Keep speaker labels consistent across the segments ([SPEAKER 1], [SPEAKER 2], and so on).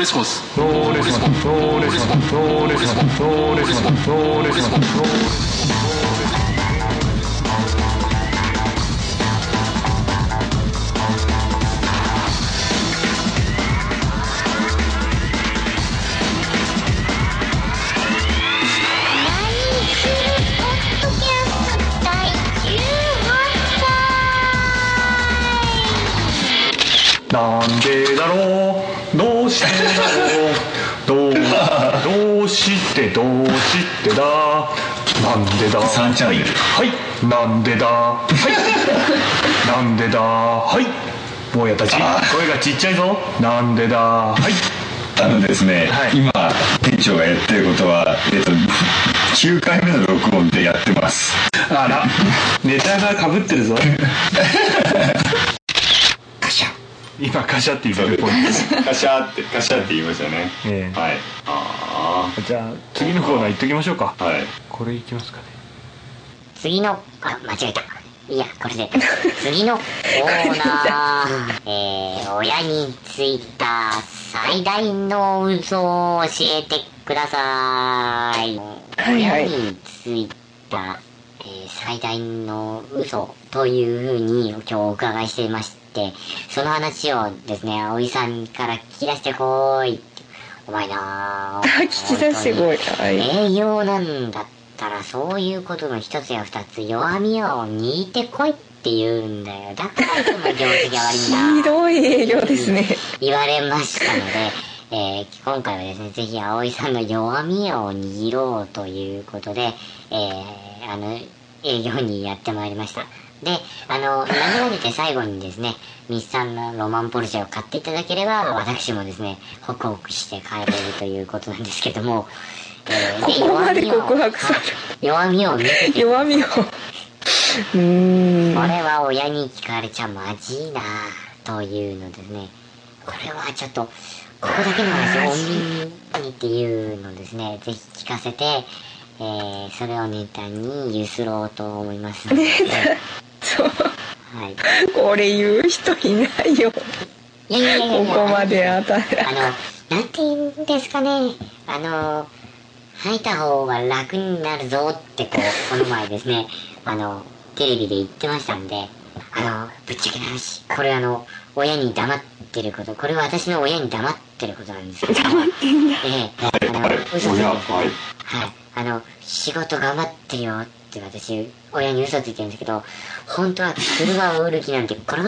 [SPEAKER 1] レスポンス
[SPEAKER 2] ノーレスポンスノーレスポンスノーレスポンスノーレスポンスノーレスポンスノーレスポンス
[SPEAKER 3] ライフポッドキャスト第18回
[SPEAKER 2] なんでだろうどうしてだろうどうどうしてどうしてだなんでだ
[SPEAKER 4] 三チャンネル
[SPEAKER 2] はいはいなんでだはいなんでだはい坊やたち
[SPEAKER 4] あ
[SPEAKER 2] 声がちっちゃいぞなんでだはい
[SPEAKER 4] あのですね、
[SPEAKER 2] はい
[SPEAKER 4] 今店長がやってることは、えっと、9回目の録音でやってます
[SPEAKER 2] あらネタがかぶって るぞ
[SPEAKER 4] カシャ
[SPEAKER 2] 今カシャって言うポイン
[SPEAKER 4] カシャってカシャって言いましたね、
[SPEAKER 2] ええ
[SPEAKER 4] はいあ
[SPEAKER 2] トじゃあ次のコーナー行っときましょうか
[SPEAKER 4] あはい
[SPEAKER 2] これ行きますかね
[SPEAKER 5] 次の、あ、間違えた。いや、これで。 次のコーナー。えー、親についた最大の嘘を教えてください。
[SPEAKER 6] いはい
[SPEAKER 5] 親についた、えー最大の嘘というふうに今日お伺いしていまして、その話をですね、葵さんから聞き出してこーいって。お前なー
[SPEAKER 6] 聞き出してこいはい
[SPEAKER 5] 栄養なんだったらそういうことの一つや二つ弱みを握ってこいって言うんだよだからいつも行事が悪いん
[SPEAKER 6] ひ
[SPEAKER 5] だ
[SPEAKER 6] どい営業ですね
[SPEAKER 5] 言われましたので、えー今回はですねぜひ葵さんの弱みを握ろうということで、えーあの営業にやってまいりましたであの流れて最後にですね日産のロマンポルシェを買っていただければ私もですねホクホクして帰れるということなんですけども、えーで
[SPEAKER 6] ここまで
[SPEAKER 5] 弱みを
[SPEAKER 6] 告白する
[SPEAKER 5] 弱みを見せて
[SPEAKER 6] 弱みをうーん
[SPEAKER 5] これは親に聞かれちゃまじいなというのでねこれはちょっとここだけの話お耳にっていうのをですねぜひ聞かせて、えーそれをネタにゆすろうと思いますので、
[SPEAKER 6] そう
[SPEAKER 5] はい、
[SPEAKER 6] これ言う人いないよこ
[SPEAKER 5] いやいやいやいや
[SPEAKER 6] こまであた
[SPEAKER 5] あのなんて言うんですかねあの吐いた方が楽になるぞってこうこの前ですねあのテレビで言ってましたんであのぶっちゃけな話これあの親に黙ってることこれは私の親に黙ってることなんですけど黙ってんだええあの嘘ついてる
[SPEAKER 4] はい
[SPEAKER 5] はい、あの仕事頑張ってるよって私親に嘘ついてるんですけど本当は車を売る気なんてこれっ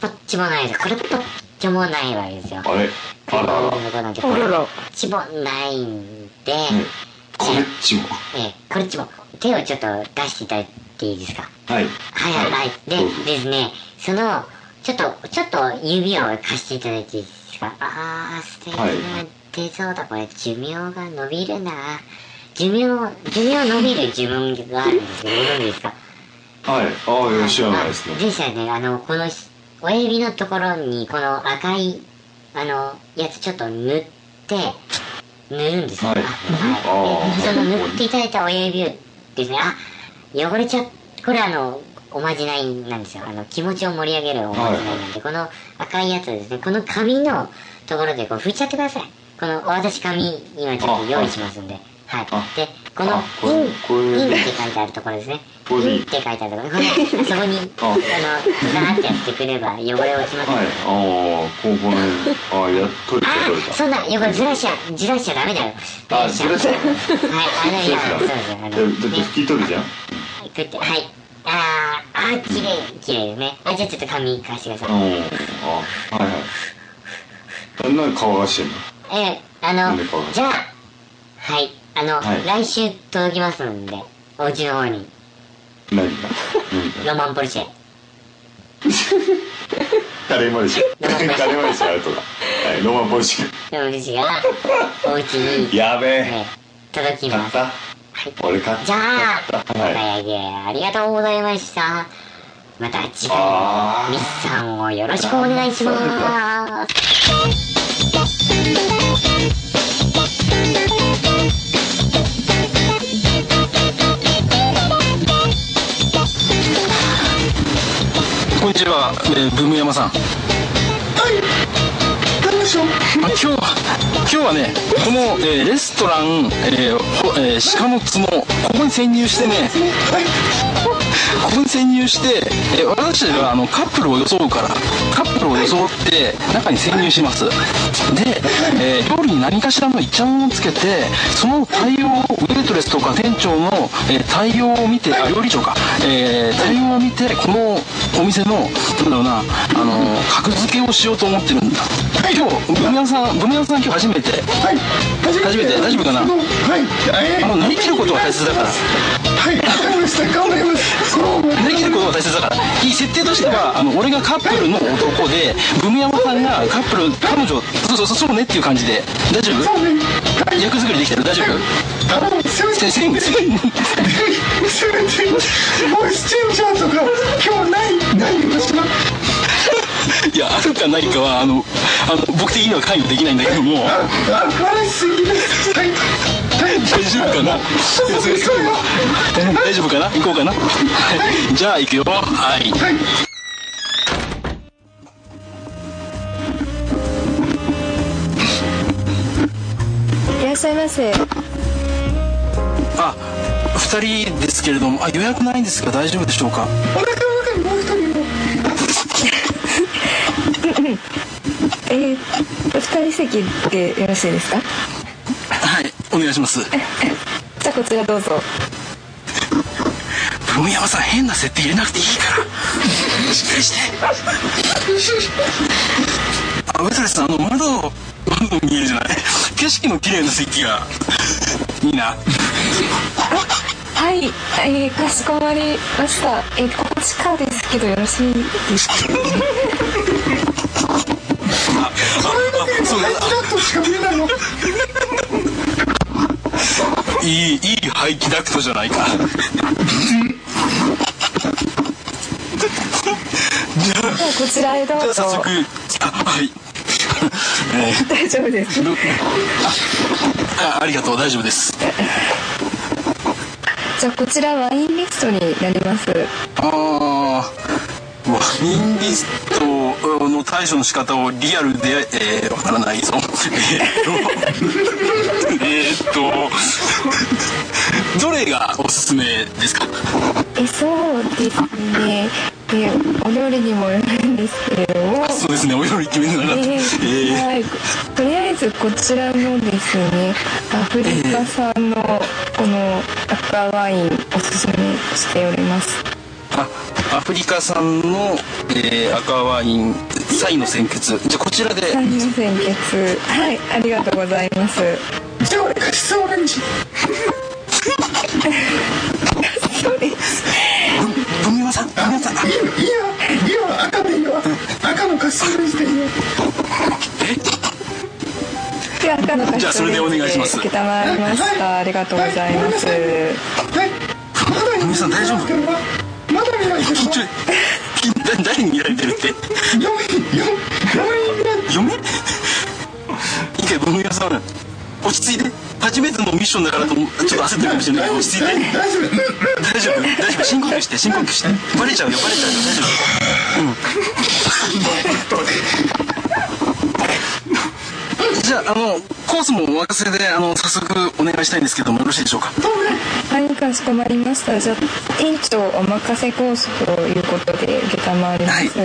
[SPEAKER 5] ぽっちもないですこれっぽっちもないわけですよ
[SPEAKER 4] あれあら
[SPEAKER 5] 車を
[SPEAKER 4] ら
[SPEAKER 5] 売ることなんてこれっぽっちもないんで、
[SPEAKER 4] これっちも
[SPEAKER 5] ええこれっちも手をちょっと出していただいていいですか
[SPEAKER 4] は
[SPEAKER 5] は
[SPEAKER 4] い
[SPEAKER 5] いはいはいで
[SPEAKER 4] どうぞ
[SPEAKER 5] ですねそのちょっとちょっと指を貸していただいていいですかああ素敵な
[SPEAKER 4] はい
[SPEAKER 5] 手相だこれ寿命が伸びるな寿命寿命伸びる自分があるんですけどご存知ですか
[SPEAKER 4] はいああいや知らないですね
[SPEAKER 5] あでしたよねあのこのし親指のところにこの赤いあのやつちょっと塗って塗るんですよ
[SPEAKER 4] はい
[SPEAKER 5] あはい
[SPEAKER 4] あー
[SPEAKER 5] でその塗っていただいた親指をですねあ汚れちゃっこれあのおまじないなんですよあの気持ちを盛り上げるおまじないなんで、この赤いやつをですねこの紙のところでこう拭いちゃってくださいこの私紙今ちょっと用意しますんではい
[SPEAKER 4] あ
[SPEAKER 5] でこの
[SPEAKER 4] あこれ
[SPEAKER 5] イン
[SPEAKER 4] これ
[SPEAKER 5] インって書いてあるところですね
[SPEAKER 4] これでいい
[SPEAKER 5] インって書いてあるところこれ そこにあ
[SPEAKER 4] あ
[SPEAKER 5] のガーってやってくれば汚れ落ちます、
[SPEAKER 4] はいああここの辺ああやっといた
[SPEAKER 5] あ
[SPEAKER 4] 取れ
[SPEAKER 5] あ
[SPEAKER 4] た
[SPEAKER 5] そんな汚れずらしちゃずらしちゃダメだよ
[SPEAKER 4] あ
[SPEAKER 5] ず
[SPEAKER 4] そ
[SPEAKER 5] ら
[SPEAKER 4] れ
[SPEAKER 5] しち
[SPEAKER 4] じ
[SPEAKER 5] ゃ
[SPEAKER 4] ゃ
[SPEAKER 5] はいあのいやそうですよあ
[SPEAKER 4] だだ
[SPEAKER 5] の
[SPEAKER 4] って
[SPEAKER 5] ね
[SPEAKER 4] 拭き取るじゃん
[SPEAKER 5] こうやってはいあーあー綺麗綺麗ですねあじゃあちょっと髪貸してくだ
[SPEAKER 4] あ
[SPEAKER 5] さい
[SPEAKER 4] あはいはいあなんで乾かしてんの
[SPEAKER 5] ええあ
[SPEAKER 4] な
[SPEAKER 5] の
[SPEAKER 4] んでこう
[SPEAKER 5] じゃあはいあの、
[SPEAKER 4] はい
[SPEAKER 5] 来週届きますんでお家の方に
[SPEAKER 4] 何が何が
[SPEAKER 5] ロマンポルシェ
[SPEAKER 4] カレーマルシェ カレーマルシェあるとかはいロマンポルシェ
[SPEAKER 5] ロマンポルシェがお家に、
[SPEAKER 4] やべえ
[SPEAKER 5] ね、届き
[SPEAKER 4] 買
[SPEAKER 5] ま
[SPEAKER 4] っ
[SPEAKER 5] す
[SPEAKER 4] た俺買っ
[SPEAKER 5] じ
[SPEAKER 4] た
[SPEAKER 5] ゃあ、お
[SPEAKER 4] はい
[SPEAKER 5] 買い上げありがとうございました。また次回
[SPEAKER 4] あ
[SPEAKER 5] も、ミ
[SPEAKER 4] ー
[SPEAKER 5] スさんをよろしくお願いします。
[SPEAKER 1] こんにちは、えー、ブーム山さん。はい。今日は今日はねこの、えーレストラン、えーほえー鹿の角ここに潜入してねここに潜入して、えー私たちはあのカップルを装うからカップルを装って中に潜入しますで、えー料理に何かしらのいっちゃもんをつけてその対応をウェイトレスとか店長の、えー対応を見てあ料理長か、えー対応を見てこのお店のなんだろうなあの格付けをしようと思ってるんだ今日ブミヤさんブミヤさん今日初めて
[SPEAKER 4] はい
[SPEAKER 1] 初めて大丈夫かな
[SPEAKER 4] はいえ
[SPEAKER 1] あの乗り切ることが大切だから
[SPEAKER 4] はい頑張りました頑張りますそう
[SPEAKER 1] 乗り切ることが大切だからいい設定としてはあの俺がカップルの男でブミヤマさんがカップル彼女そうそうそうそうねっていう感じで大丈夫役作りできてる大丈夫
[SPEAKER 4] 頼むせめて
[SPEAKER 1] 先生
[SPEAKER 4] せめてボイスチェンジャーとか今日ないないのか
[SPEAKER 1] いやあるかないかはあのあの僕的には関与できないんだけども
[SPEAKER 4] あ笑いすぎですはいはい
[SPEAKER 1] 大丈夫かないやすごいすごい大丈夫かな行こうかなはいじゃあ行くよはい
[SPEAKER 4] はい
[SPEAKER 7] いらっしゃいませ
[SPEAKER 1] あ2人ですけれどもあ予約ないんですが大丈夫でしょうか
[SPEAKER 4] お腹の中にもう一人も
[SPEAKER 7] えー、お二人席でよろしいですか
[SPEAKER 1] はいお願いします
[SPEAKER 7] じゃあこちらどうぞ
[SPEAKER 1] 文山さん変な設定入れなくていいからしっかりしてあ上谷さんあの窓窓見えるじゃない景色の綺麗な席がいいな
[SPEAKER 7] はい、えー、かしこまりましたえー、ここ地下ですけどよろしいですか
[SPEAKER 1] あそうだ
[SPEAKER 4] ちょっとしか見えないの
[SPEAKER 1] いいいい排気ダクトじゃないか
[SPEAKER 7] じゃあこちらへどう
[SPEAKER 1] じゃあ
[SPEAKER 7] ぞ
[SPEAKER 1] 早速あはいえー
[SPEAKER 7] 大丈夫です
[SPEAKER 1] どああありがとう大丈夫です
[SPEAKER 7] じゃあこちらワインリストになります
[SPEAKER 1] ああワインリストの対処の仕方をリアルでえーわ、からないぞ えーっとえーっとどれがおすすめですか
[SPEAKER 7] えー、そうですねえー、お料理にもよるんですけれども
[SPEAKER 1] そうですねお料理決めな がらえ
[SPEAKER 7] えー
[SPEAKER 1] ー、
[SPEAKER 7] はい、とりあえずこちらのですねアフリカ産のこの赤ワインおすすめしております
[SPEAKER 1] あアフリカ産の、えー赤ワインサイの鮮血じゃあこちらで
[SPEAKER 7] 三乳鮮血はいありがとうございます
[SPEAKER 4] じゃあ俺が質問に
[SPEAKER 7] そうです
[SPEAKER 1] ごめんなさいごめんなさいあ
[SPEAKER 4] いいよいいよいいよ赤でいいよ赤のカスタムしていいよ
[SPEAKER 7] で赤のカスタネーゼ
[SPEAKER 1] じゃあそれでお願いします
[SPEAKER 7] 承りましたありがとうございます
[SPEAKER 4] はいまだ
[SPEAKER 1] 富
[SPEAKER 4] 見
[SPEAKER 1] 美さん大丈 夫
[SPEAKER 4] まだ見ないけど
[SPEAKER 1] 緊張緊 誰に見られてるって
[SPEAKER 4] 4位4位ぐらい
[SPEAKER 1] 嫁いいかい文具屋さん落ち着いて初めてのミッションだからと思ちょっと焦ってるかもしれないけど落ち着いて
[SPEAKER 4] 大丈夫
[SPEAKER 1] 大丈夫大丈夫深呼吸して深呼吸してバレちゃうよバレちゃうよ大丈夫うんじゃああのコースもお任せであの早速お願いしたいんですけどもよろしいでしょうか
[SPEAKER 7] はいかしこまりましたじゃあ店長お任せコースということで承ります、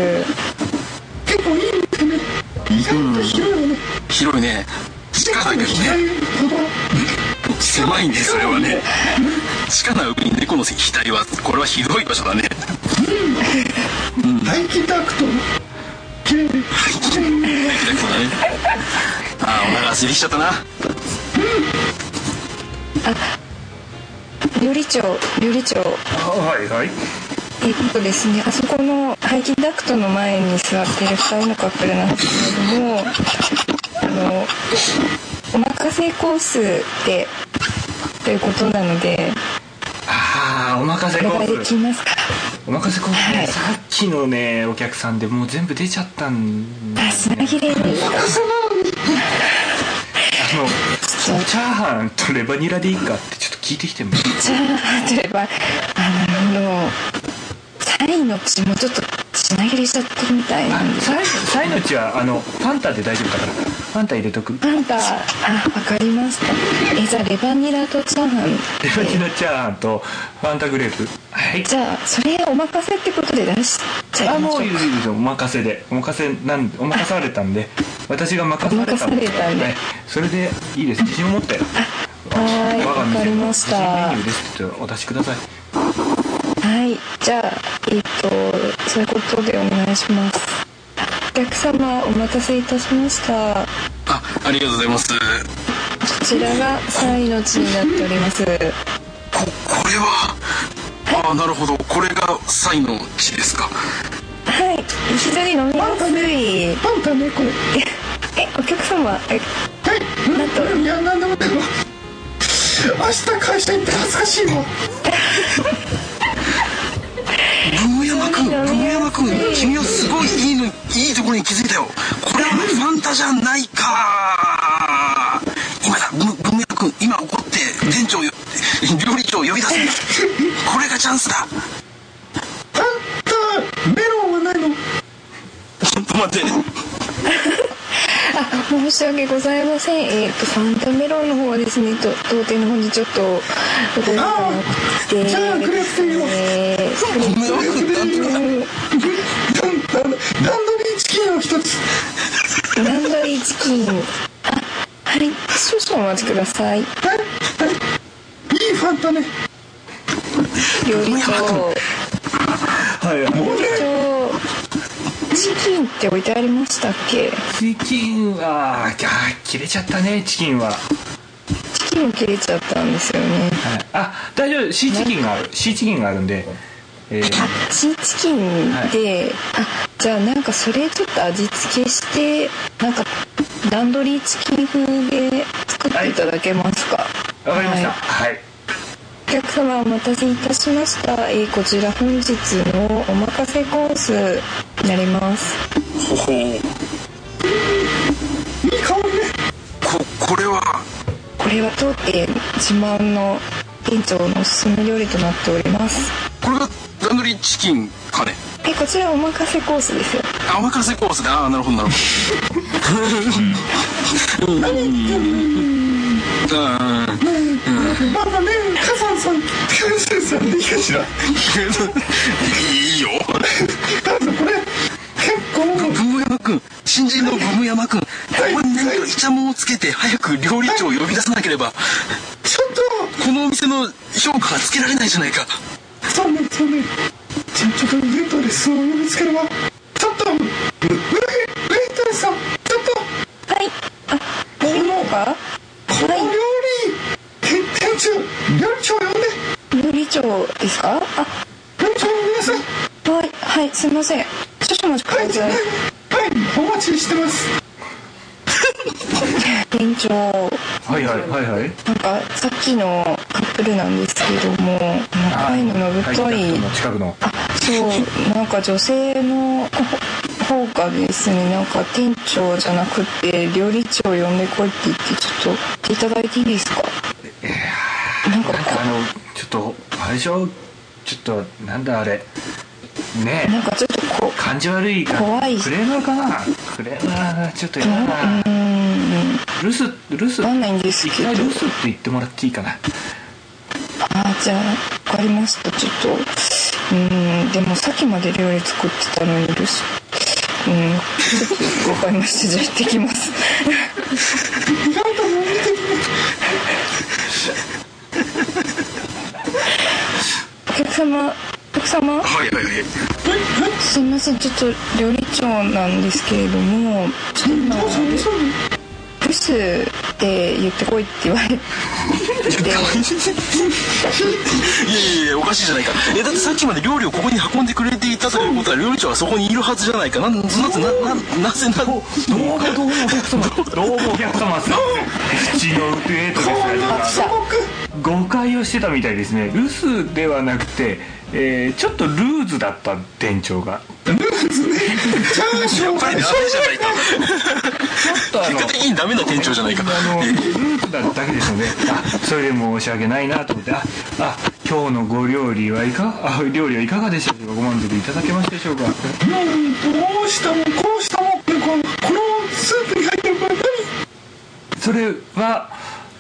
[SPEAKER 4] 結構いいですね意外と広いよね
[SPEAKER 1] 広いね地下だけどね狭いんでそれはね地下な上に猫の石体はこれはひどい場所だね
[SPEAKER 4] 排気ダクト
[SPEAKER 1] あーお腹すいてきちゃったな
[SPEAKER 7] 料理長料理長
[SPEAKER 2] はいはい
[SPEAKER 7] えっとですね、あそこの排気ダクトの前に座ってる2人のカップルなんですけれども、あの、お任せコースで、ということなので、
[SPEAKER 2] ああお任せ
[SPEAKER 7] お
[SPEAKER 2] コ
[SPEAKER 7] 願いで
[SPEAKER 2] ー
[SPEAKER 7] き
[SPEAKER 2] ス
[SPEAKER 7] ますか。
[SPEAKER 2] お任せコース、
[SPEAKER 7] はい
[SPEAKER 2] さっきのねお客さんでもう全部出ちゃったんで
[SPEAKER 7] あ、品切れですか。
[SPEAKER 2] あのチャーハンとレバニラでいいかってちょっと聞いてきても
[SPEAKER 7] じゃあ、例えば、あの、もうサイの血もちょっと品切れしちゃってるみたいなんで。
[SPEAKER 2] サイサイのうちはあのファンタで大丈夫だからパンタ入れとく
[SPEAKER 7] パンタ、あ、わかりました。え、じゃあ、レバニラとチャーハン。
[SPEAKER 2] レバニラチャーハンとファンタグレープはい
[SPEAKER 7] じゃあ、それお任せってことで出しちゃ
[SPEAKER 2] あ
[SPEAKER 7] いまし
[SPEAKER 2] もう
[SPEAKER 7] ょう
[SPEAKER 2] いいですいいですお任せでお任せなんお任されたんで私が任された
[SPEAKER 7] 任されたんで
[SPEAKER 2] はい、それでいいです自信を持って
[SPEAKER 7] か。はーい、
[SPEAKER 2] 我が
[SPEAKER 7] わか
[SPEAKER 2] 店
[SPEAKER 7] り
[SPEAKER 2] の
[SPEAKER 7] ま
[SPEAKER 2] 自
[SPEAKER 7] し
[SPEAKER 2] 信メ
[SPEAKER 7] た。
[SPEAKER 2] ニューですちょっとお出しください
[SPEAKER 7] はい、じゃあ、えっ、と、そういうことでお願いします。お客様、お待たせいたしました。
[SPEAKER 1] あありがとうございます
[SPEAKER 7] こちらが3位の地になっております。
[SPEAKER 1] ここれはああなるほどこれがサイの血ですか
[SPEAKER 7] はい、非常に飲みやすい。
[SPEAKER 8] パンタねこれ
[SPEAKER 7] え、お客様、え、なんと、
[SPEAKER 8] いやなんでもでも明日会社行って恥ずかしいわ
[SPEAKER 1] 文山君文山君君はすごいいいのいいところに気づいたよこれはファンタじゃないか今だぶ文山君今怒って店長をよ料理長を呼び出すんだこれがチャンスだ
[SPEAKER 8] パンタメロンはないの
[SPEAKER 1] ちょっと待って
[SPEAKER 7] あ、申し訳ございません。えっ、と、ファンタメロンの方はですね、と当店の方にちょっと、お届けがなくて、
[SPEAKER 8] じゃあくれってよ
[SPEAKER 7] えー
[SPEAKER 1] 文山君なんとか
[SPEAKER 8] ランドリーチキンを一つ
[SPEAKER 7] ランドリーチキン。あ、はい、少々お待ちください。
[SPEAKER 8] はいはいいいファンタね
[SPEAKER 7] 料理長、
[SPEAKER 2] はいもう
[SPEAKER 7] 料理長、チキンって置いてありましたっけ
[SPEAKER 2] チキンはあー切れちゃったねチキンは、はい、
[SPEAKER 7] チキンも切れちゃったんですよね。
[SPEAKER 2] あ大丈夫シーチキンがあるシーチキンがあるんでえー
[SPEAKER 7] あ、シーチキンで、あ、じゃあなんかそれちょっと味付けして、なんか、ランドリーチキン風で作っていただけますか
[SPEAKER 2] わかりました
[SPEAKER 7] はい
[SPEAKER 2] はい
[SPEAKER 7] お客様お待たせいたしました、えーこちら本日のお任せコースになります
[SPEAKER 1] ほほう
[SPEAKER 8] いい香りね
[SPEAKER 1] ここれは
[SPEAKER 7] これは当店自慢の店長のおすすめ料理となっております
[SPEAKER 1] これがランドリーチキンかね
[SPEAKER 7] えこちらお任せコースですよ
[SPEAKER 1] あお任せコースでああなるほどなるほどうんうん
[SPEAKER 8] まだね火山さん火山さんでいいかしら
[SPEAKER 1] いいよ
[SPEAKER 8] 火山これ結構
[SPEAKER 1] ブムヤマくん新人のブムヤマくんここに何かイチャモンをつけて早く料理長を呼び出さなければ
[SPEAKER 8] ちょっと
[SPEAKER 1] このお店の評価がつけられないじゃないか
[SPEAKER 8] そうねそうねちょちょっとウェイトレスを呼びつけるわちょっとウェイウェイトレスさんちょっと
[SPEAKER 7] はいあ飲み物か
[SPEAKER 8] この料理店長料理長呼んで
[SPEAKER 7] 料理長ですかあ
[SPEAKER 8] 料理長呼びなさい
[SPEAKER 7] はいはいすいません少々お待ちく
[SPEAKER 8] はい
[SPEAKER 7] ださい
[SPEAKER 8] はいお待ちしてます
[SPEAKER 7] 店長
[SPEAKER 2] はいはいはいはい
[SPEAKER 7] なんかさっきのカップルなんですけども長いのぶと
[SPEAKER 2] はい
[SPEAKER 7] い
[SPEAKER 2] 近くの
[SPEAKER 7] あそうなんか女性のほ方がですねなんか店長じゃなくって料理長呼んでこいって言ってちょっといただいていいですかなんか
[SPEAKER 2] なんかあのちょっとあれでしょちょっとなんだあれね
[SPEAKER 7] な
[SPEAKER 2] え
[SPEAKER 7] んかちょっとこ
[SPEAKER 2] 感じ悪いから
[SPEAKER 7] 怖い
[SPEAKER 2] クレーマーかなクレーマーがちょっとやだな
[SPEAKER 7] ううーん
[SPEAKER 2] 留守留守
[SPEAKER 7] わかんないんです
[SPEAKER 2] 一
[SPEAKER 7] けど
[SPEAKER 2] 回留守って言ってもらっていいかな
[SPEAKER 7] あーじゃあわかりましたちょっとうーんでもさっきまで料理作ってたのに留守うんわかりましたじゃあ行ってきますお客様お客様
[SPEAKER 1] はいはいはい
[SPEAKER 7] すいませんちょっと料理長なんですけれどもちょっと今ブスって言ってこいって言われて
[SPEAKER 1] いやいやいやおかしいじゃないかえだってさっきまで料理をここに運んでくれていたということは料理長はそこにいるはずじゃないかなんなぜなななぜな
[SPEAKER 2] どうもどうもお客様どうもお客様すいません口のウエイトレスがいます
[SPEAKER 7] さ
[SPEAKER 2] 誤解をしてたみたいですね留守ではなくて、えーちょっとルーズだった店長が
[SPEAKER 8] チャーシュー
[SPEAKER 1] ダメじゃないか
[SPEAKER 2] ちょっとあ の
[SPEAKER 1] 結果的にダメな店長じゃないか
[SPEAKER 2] あのルーツだっただけですのであそれで申し訳ないなと思ってああ今日のご料理はいかあ料理はいかがでしたでしょうかご満足いただけましたでしょうか
[SPEAKER 8] もうどうしたもこうしたもこのこのスープに入ってるこれ何
[SPEAKER 2] それは、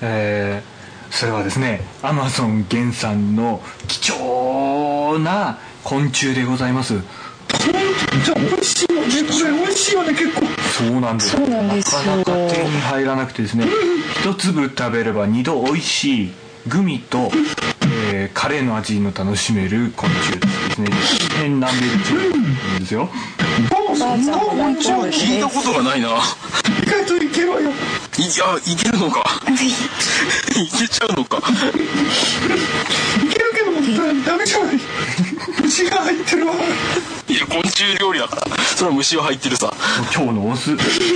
[SPEAKER 2] えーそれはですねアマゾン原産の貴重な昆虫でございます
[SPEAKER 8] じゃあ美味しいよねこれ美味しいよね結構
[SPEAKER 2] そうなんです
[SPEAKER 6] そうなんですよ
[SPEAKER 2] なかなか手に入らなくてですね一粒食べれば二度美味しいグミと、えーカレーの味の楽しめる昆虫ですね変南米中なんですよ
[SPEAKER 8] 僕もそんなもんじゃん
[SPEAKER 1] 聞いたことがないな
[SPEAKER 8] 意外といけるわよ
[SPEAKER 1] いやいけるのかいけちゃうのか
[SPEAKER 8] いけるけどもダダメじゃない虫が入ってるわ
[SPEAKER 1] いや昆虫料理だからそれは虫は入ってるさ
[SPEAKER 2] 今日のオス今日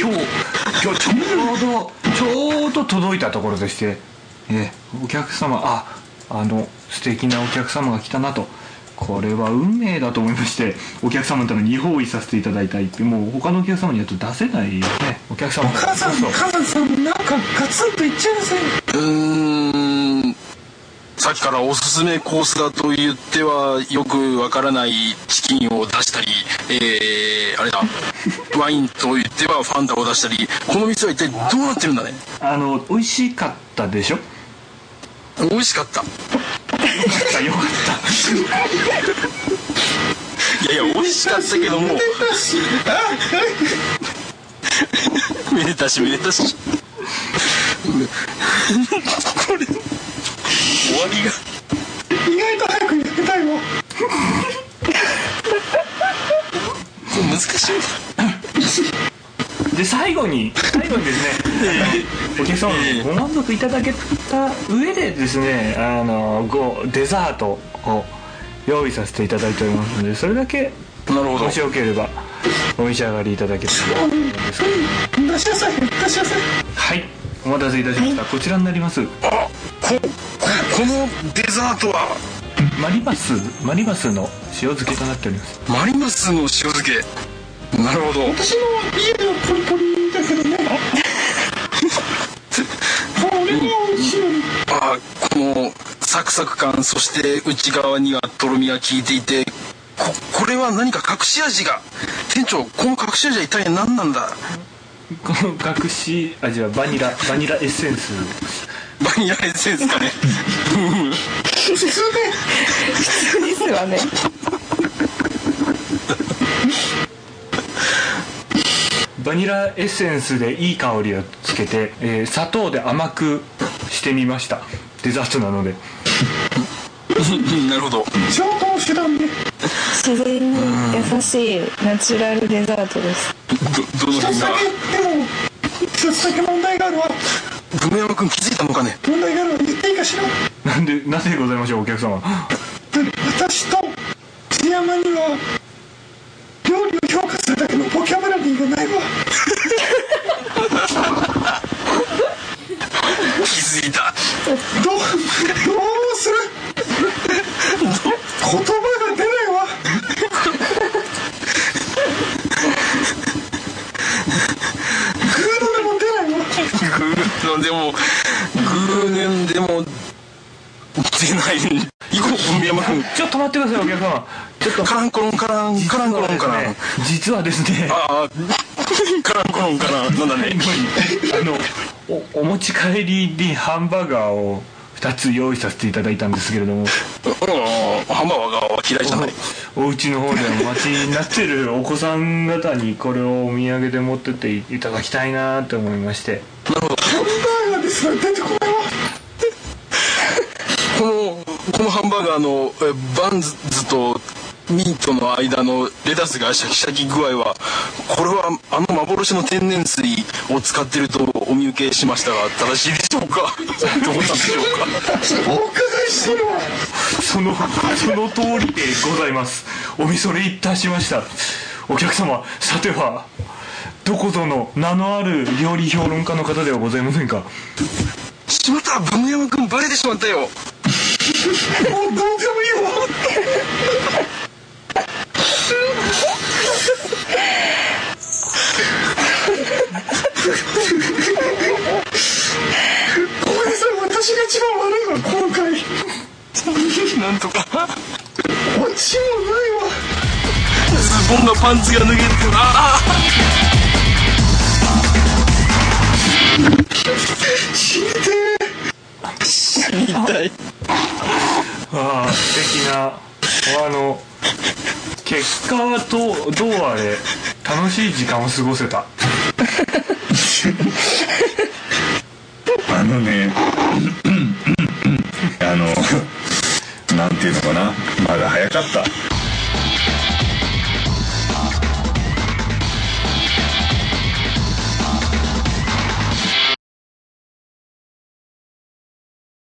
[SPEAKER 2] 今日ちょうどちょうど届いたところでして、えお客様ああの素敵なお客様が来たなとこれは運命だと思いましてお客様のために用意させていただいた一品もう他のお客様にはちょっと出せないよねお客様
[SPEAKER 8] 母さん母さんなんかガツンといっちゃいなさいう
[SPEAKER 1] ーんさっきからおすすめコースだと言ってはよくわからないチキンを出したり、えー、あれだワインと言ってはファンタを出したりこの店は一体どうなってるんだね
[SPEAKER 2] あの美味しかったでしょ
[SPEAKER 1] 美味しかった
[SPEAKER 2] あよかっ
[SPEAKER 1] いやいや美味しかったけどもめでたしめでたしこれ終わりが
[SPEAKER 8] 意外と早くやりたいわ
[SPEAKER 1] これ難しい
[SPEAKER 2] たで最後に最後にですね お客様にご満足いただけた上でですねあのごデザートを用意させていただいておりますのでそれだけ
[SPEAKER 1] なるほど
[SPEAKER 2] もしよければお召し上がりいただけたらと思うんですが
[SPEAKER 8] 出しなさい出しなさい
[SPEAKER 2] はいお待たせいたしました、こちらになります
[SPEAKER 1] あこここのデザートは
[SPEAKER 2] マリバスマリバスの塩漬けとなっております
[SPEAKER 1] マリマスの塩漬けなるほど
[SPEAKER 8] 私の家のポリポリだけどねこれは美味しいのに
[SPEAKER 1] あこのサクサク感そして内側にはとろみが効いていてここれは何か隠し味が店長この隠し味は一体何なんだ
[SPEAKER 2] この隠し味はバニラバニラエッセンス
[SPEAKER 1] バニラエッセンスか ね
[SPEAKER 8] 普通ね
[SPEAKER 6] ですわね
[SPEAKER 2] バニラエッセンスでいい香りをつけて、えー砂糖で甘くしてみましたデザートなので
[SPEAKER 1] うんなるほど
[SPEAKER 8] 上等手段で
[SPEAKER 7] 自然に優しいナチュラルデザートです
[SPEAKER 1] どどの
[SPEAKER 8] 一
[SPEAKER 1] 辺
[SPEAKER 8] つ
[SPEAKER 1] が
[SPEAKER 8] だけでも一つだけ問題があるわ
[SPEAKER 1] グメヤマ君気づいたのかね
[SPEAKER 8] 問題があるわ言っていいかしら
[SPEAKER 2] なんでなぜでございましょうお客様
[SPEAKER 8] で私と津山には料理を評価するだけのボキャブラリーがないわ
[SPEAKER 1] 気づいた
[SPEAKER 8] ど うどうする 言葉が出ないわグードでも出ないわ
[SPEAKER 1] グーのでもグーネンでも出ない以降グメヤマ君
[SPEAKER 2] ちょっと待ってくださいお客様ちょっと
[SPEAKER 1] カランコロンカランカランコロンカラン
[SPEAKER 2] 実はですね
[SPEAKER 1] ああカランコロンカランなんだね
[SPEAKER 2] あのおお持ち帰りにハンバーガーを2つ用意させていただいたんですけれども
[SPEAKER 1] うんハンバーガーは嫌いじゃない
[SPEAKER 2] お家の方でお待ちになってるお子さん方にこれをお土産で持ってっていただきたいなと思いまして
[SPEAKER 8] ハンバーガーですら出てこないわ
[SPEAKER 1] このこのハンバーガーのえバンズとミートの間のレタスがシャキシャキ具合はこれはあの幻の天然水を使ってるとお見受けしましたが正しいでしょうかどうなんでしょうか
[SPEAKER 8] お伺いしてるわ
[SPEAKER 2] そのその通りでございますおみそれいたしましたお客様さてはどこぞの名のある料理評論家の方ではございませんか
[SPEAKER 1] しまったブムヤマ君バレてしまったよ
[SPEAKER 8] もうどうでもいいわごめんなさい私が一番悪いわこの回
[SPEAKER 1] なんとか
[SPEAKER 8] オチもないわ
[SPEAKER 1] ズボンがパンツが脱げてるああ
[SPEAKER 8] 死にて
[SPEAKER 1] 痛い
[SPEAKER 2] ああ素敵なあの結果はとどうあれ楽しい時間を過ごせた
[SPEAKER 4] あのねあのなんていうのかなまだ早かった